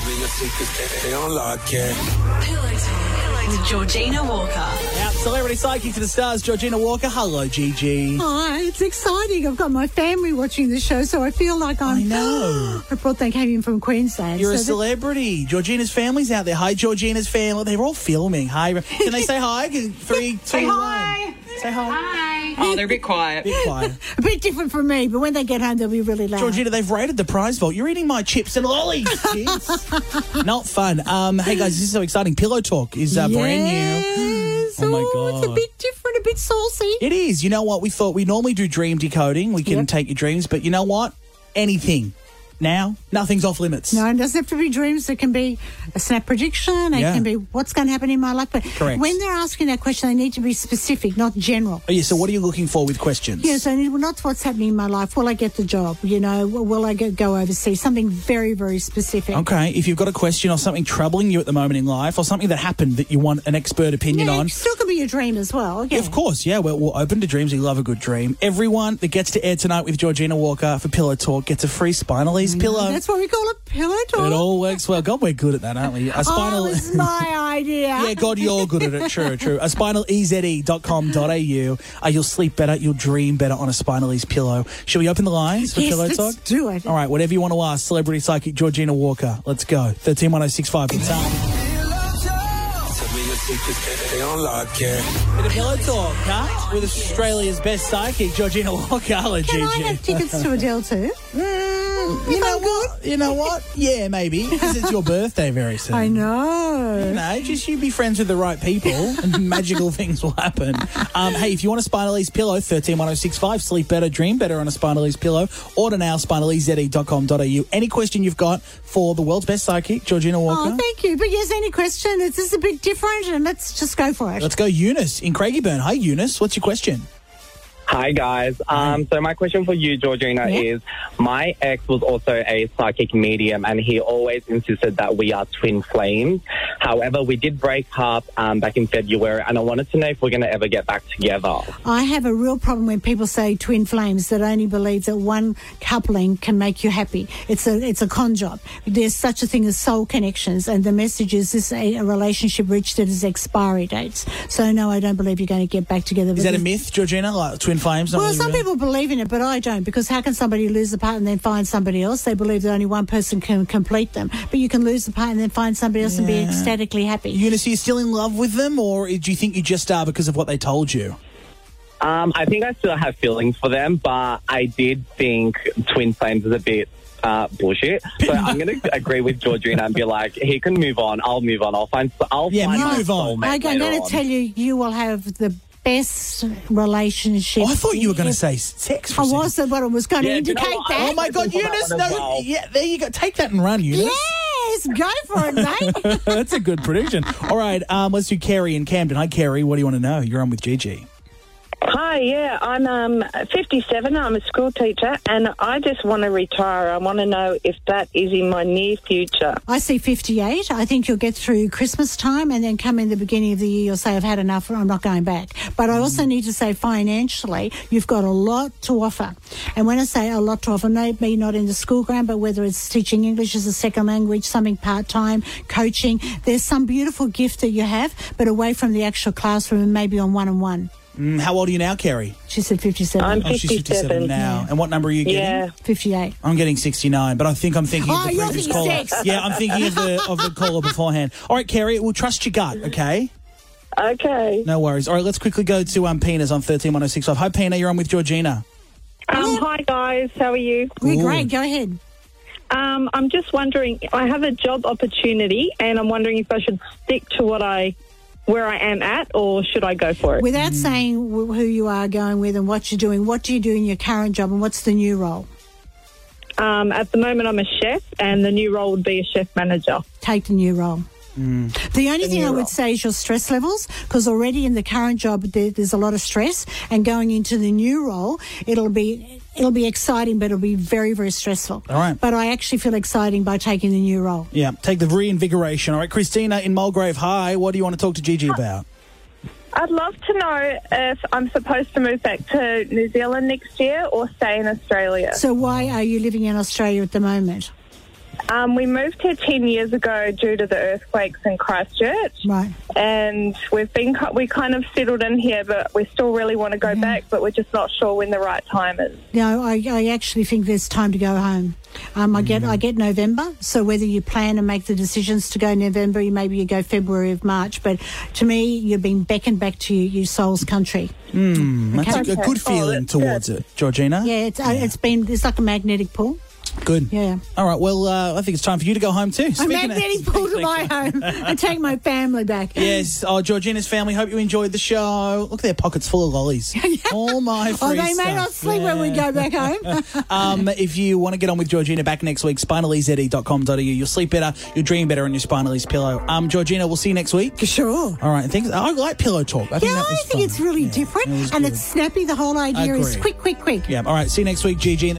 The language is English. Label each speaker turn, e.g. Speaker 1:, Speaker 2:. Speaker 1: seekers, they don't like it.
Speaker 2: Pillow Talk with Georgina Walker.
Speaker 3: Our celebrity psychic to the stars, Georgina Walker. Hello, Gigi.
Speaker 4: Hi, it's exciting. I've got my family watching the show, so I feel like I'm.
Speaker 3: I know.
Speaker 4: I brought they came in from Queensland.
Speaker 3: You're a
Speaker 4: so that-
Speaker 3: celebrity. Georgina's family's out there. Hi, Georgina's family. They're all filming. Hi. Can they say hi? Can- Three, two,
Speaker 4: Say
Speaker 3: hi. Say hi.
Speaker 5: Oh, they're a bit quiet.
Speaker 3: Be quiet.
Speaker 4: a bit different from me, but when they get home, they'll be really loud.
Speaker 3: Georgina, they've raided the prize vault. You're eating my chips and lollies. kids. Not fun. Um, hey, guys, this is so exciting. Pillow Talk is uh, brand new.
Speaker 4: Yes.
Speaker 3: Oh, my
Speaker 4: It's a
Speaker 3: God.
Speaker 4: bit different, a bit saucy.
Speaker 3: It is. You know what? We thought we normally do dream decoding. We can
Speaker 4: Yep.
Speaker 3: take your dreams, but you know what? Anything. Now, nothing's off limits.
Speaker 4: No, it doesn't have to be dreams. It can be a snap prediction. It
Speaker 3: Yeah.
Speaker 4: can be what's going to happen in my life. But
Speaker 3: Correct.
Speaker 4: when they're asking that question, they need to be specific, not general.
Speaker 3: Oh, yeah, so what are you looking for with questions?
Speaker 4: Yes, and it- not what's happening in my life. Will I get the job? You know, will will I get, go overseas? Something very, very specific.
Speaker 3: Okay, if you've got a question or something troubling you at the moment in life, or something that happened that you want an expert opinion
Speaker 4: Yeah,
Speaker 3: on,
Speaker 4: it still could be a dream as well. Yeah.
Speaker 3: of course, yeah, we're, we're open to dreams. We love a good dream. Everyone that gets to air tonight with Georgina Walker for Pillow Talk gets a free spinal ease pillow.
Speaker 4: Mm, That's why we call it pillow talk.
Speaker 3: It all works well. God, we're good at that, aren't we? A
Speaker 4: Oh,
Speaker 3: spinal.
Speaker 4: that was my idea.
Speaker 3: Yeah, God, you're good at it. True, true. A E spinaleze.com.au. Uh, you'll sleep better, you'll dream better on a spinal ease pillow. Shall we open the lines for
Speaker 4: Yes,
Speaker 3: Pillow
Speaker 4: let's
Speaker 3: Talk?
Speaker 4: do it.
Speaker 3: All right, whatever you want to ask, celebrity psychic Georgina Walker. Let's go. 131065. It's on.
Speaker 1: Tell me your secrets, they don't like it.
Speaker 3: Bit of pillow talk, huh? With Australia's best psychic, Georgina Walker. Hello,
Speaker 4: Can I
Speaker 3: Gigi.
Speaker 4: have tickets to Adele too?
Speaker 3: Mm, you know what? You know what? Yeah, maybe. Because it's your birthday very soon.
Speaker 4: I
Speaker 3: You
Speaker 4: know.
Speaker 3: know, just you be friends with the right people and magical things will happen. Um, hey, if you want a Spinalese pillow, 131065, sleep better, dream better on a Spinalese pillow, order now, E spinalese.com.au. Any question you've got for the world's best psychic, Georgina Walker?
Speaker 4: Oh, thank you. But yes, any question? It's just a bit different, and let's just go for it.
Speaker 3: Let's go, Eunice in Craigieburn. Hi, Eunice. What's your question?
Speaker 6: Hi guys. Um, so my question for you, Georgina,
Speaker 4: Yeah.
Speaker 6: is my ex was also a psychic medium, and he always insisted that we are twin flames. However, we did break up um, back in February, and I wanted to know if we're going to ever get back together.
Speaker 4: I have a real problem when people say twin flames that only believe that one coupling can make you happy. It's a it's a con job. There's such a thing as soul connections, and the message is this: a, a relationship reached its expiry dates. So no, I don't believe you're going to get back together.
Speaker 3: Is that a myth, Georgina? Like twin flames? not
Speaker 4: Well,
Speaker 3: really
Speaker 4: some
Speaker 3: real?
Speaker 4: people believe in it, but I don't because how can somebody lose a part and then find somebody else? They believe that only one person can complete them, but you can lose the part and then find somebody else and be ecstatically happy.
Speaker 3: Eunice, are you still in love with them, or do you think you just are because of what they told you?
Speaker 6: Um, I think I still have feelings for them, but I did think twin flames is a bit. Uh, bullshit. So I'm going to agree with Georgina and be like, he can move on. I'll move on. I'll find. I'll
Speaker 3: Yeah,
Speaker 6: find
Speaker 3: you
Speaker 6: my
Speaker 3: move on.
Speaker 6: soulmate
Speaker 4: I, am
Speaker 6: later
Speaker 4: going
Speaker 6: on.
Speaker 4: to tell you, you will have the best relationship.
Speaker 3: Oh, I thought you were going to say sex. For
Speaker 4: I
Speaker 3: a second.
Speaker 4: was the one who was going
Speaker 6: Yeah,
Speaker 4: to
Speaker 6: you know
Speaker 4: indicate
Speaker 6: what?
Speaker 4: that.
Speaker 3: Oh my god,
Speaker 6: Looking for
Speaker 3: Eunice!
Speaker 6: that one
Speaker 3: No,
Speaker 6: as well.
Speaker 3: yeah, there you go. Take that and run, Eunice.
Speaker 4: yes, go for it, mate.
Speaker 3: That's a good prediction. All right, um, let's do Carrie in Camden. Hi, Carrie. What do you want to know? You're on with Gigi.
Speaker 7: Hi, yeah, I'm um, 57. I'm a school teacher, and I just want to retire. I want to know if that is in my near future.
Speaker 4: I see 58. I think you'll get through Christmas time and then come in the beginning of the year, you'll say, I've had enough, I'm not going back. But I also need to say, financially, you've got a lot to offer. And when I say a lot to offer, maybe not in the school ground, but whether it's teaching English as a second language, something part time, coaching, there's some beautiful gift that you have, but away from the actual classroom and maybe on one on one.
Speaker 3: Mm, how old are you now, Carrie?
Speaker 4: She said 57.
Speaker 7: I'm
Speaker 3: Oh, she's 57
Speaker 7: 57.
Speaker 3: now. And what number are you getting?
Speaker 7: Yeah.
Speaker 4: 58.
Speaker 3: I'm getting 69, but I think I'm thinking
Speaker 4: Oh,
Speaker 3: of the
Speaker 4: you're
Speaker 3: previous
Speaker 4: thinking
Speaker 3: caller.
Speaker 4: sex.
Speaker 3: Yeah, I'm thinking of the of the caller beforehand. All right, Carrie, we'll trust your gut, okay?
Speaker 7: Okay.
Speaker 3: No worries. All right, let's quickly go to um, Pena's on 131065. Hi, Pina. You're on with Georgina.
Speaker 7: Um, hi, guys. How are you?
Speaker 4: We're
Speaker 3: Ooh.
Speaker 4: great. Go ahead.
Speaker 7: Um, I'm just wondering, I have a job opportunity, and I'm wondering if I should stick to what I, where I am at, or should I go for it?
Speaker 4: Without saying wh- who you are going with and what you're doing, what do you do in your current job and what's the new role?
Speaker 7: Um, at the moment, I'm a chef, and the new role would be a chef manager.
Speaker 4: Take the new role. The only thing
Speaker 7: new
Speaker 4: I would
Speaker 7: role.
Speaker 4: say is your stress levels, because already in the current job there, there's a lot of stress, and going into the new role, it'll be it'll be exciting, but it'll be very very stressful.
Speaker 3: All right.
Speaker 4: But I actually feel exciting by taking the new role.
Speaker 3: Yeah, take the reinvigoration. All right, Christina in Mulgrave. Hi, what do you want to talk to Gigi about?
Speaker 8: I'd love to know if I'm supposed to move back to New Zealand next year or stay in Australia.
Speaker 4: So why are you living in Australia at the moment?
Speaker 7: Um, we moved here 10 years ago due to the earthquakes in Christchurch.
Speaker 4: Right.
Speaker 7: And we've been, ki- we kind of settled in here, but we still really want to go back, but we're just not sure when the right time is.
Speaker 4: No, I, I actually think there's time to go home. Um, I get I get November, so whether you plan and make the decisions to go November, you maybe you go February of March. But to me, you're being beckoned back to your, your soul's country.
Speaker 3: That's a- a,
Speaker 7: Okay.
Speaker 3: good
Speaker 7: Oh,
Speaker 3: feeling
Speaker 7: that's
Speaker 3: towards it, Georgina.
Speaker 4: Yeah, it's uh, it's been it's like a magnetic pull.
Speaker 3: Good.
Speaker 4: Yeah.
Speaker 3: All right. Well, uh, I think it's time for you to go home too.
Speaker 4: A
Speaker 3: Speaking of-
Speaker 4: magnetic pull to my home. I take my family back.
Speaker 3: Yes. Oh, Georgina's family. Hope you enjoyed the show. Look, their pockets full of lollies. All my free
Speaker 4: Oh, they
Speaker 3: stuff.
Speaker 4: may not sleep when we
Speaker 3: Yeah.
Speaker 4: go back home.
Speaker 3: Um, if you want to get on with Georgina back next week, spinallyze.com.au. You'll sleep better, you'll dream better on your spinally's pillow. Um, Georgina, we'll see you next week.
Speaker 4: sure.
Speaker 3: All right. Thanks. I like pillow talk. I think
Speaker 4: Yeah,
Speaker 3: that
Speaker 4: I
Speaker 3: was
Speaker 4: think
Speaker 3: fun.
Speaker 4: it's really
Speaker 3: Yeah,
Speaker 4: different,
Speaker 3: it was
Speaker 4: and
Speaker 3: good.
Speaker 4: it's snappy. The whole idea is
Speaker 3: Agree.
Speaker 4: quick, quick, quick.
Speaker 3: Yeah. All right. See you next week, Gigi.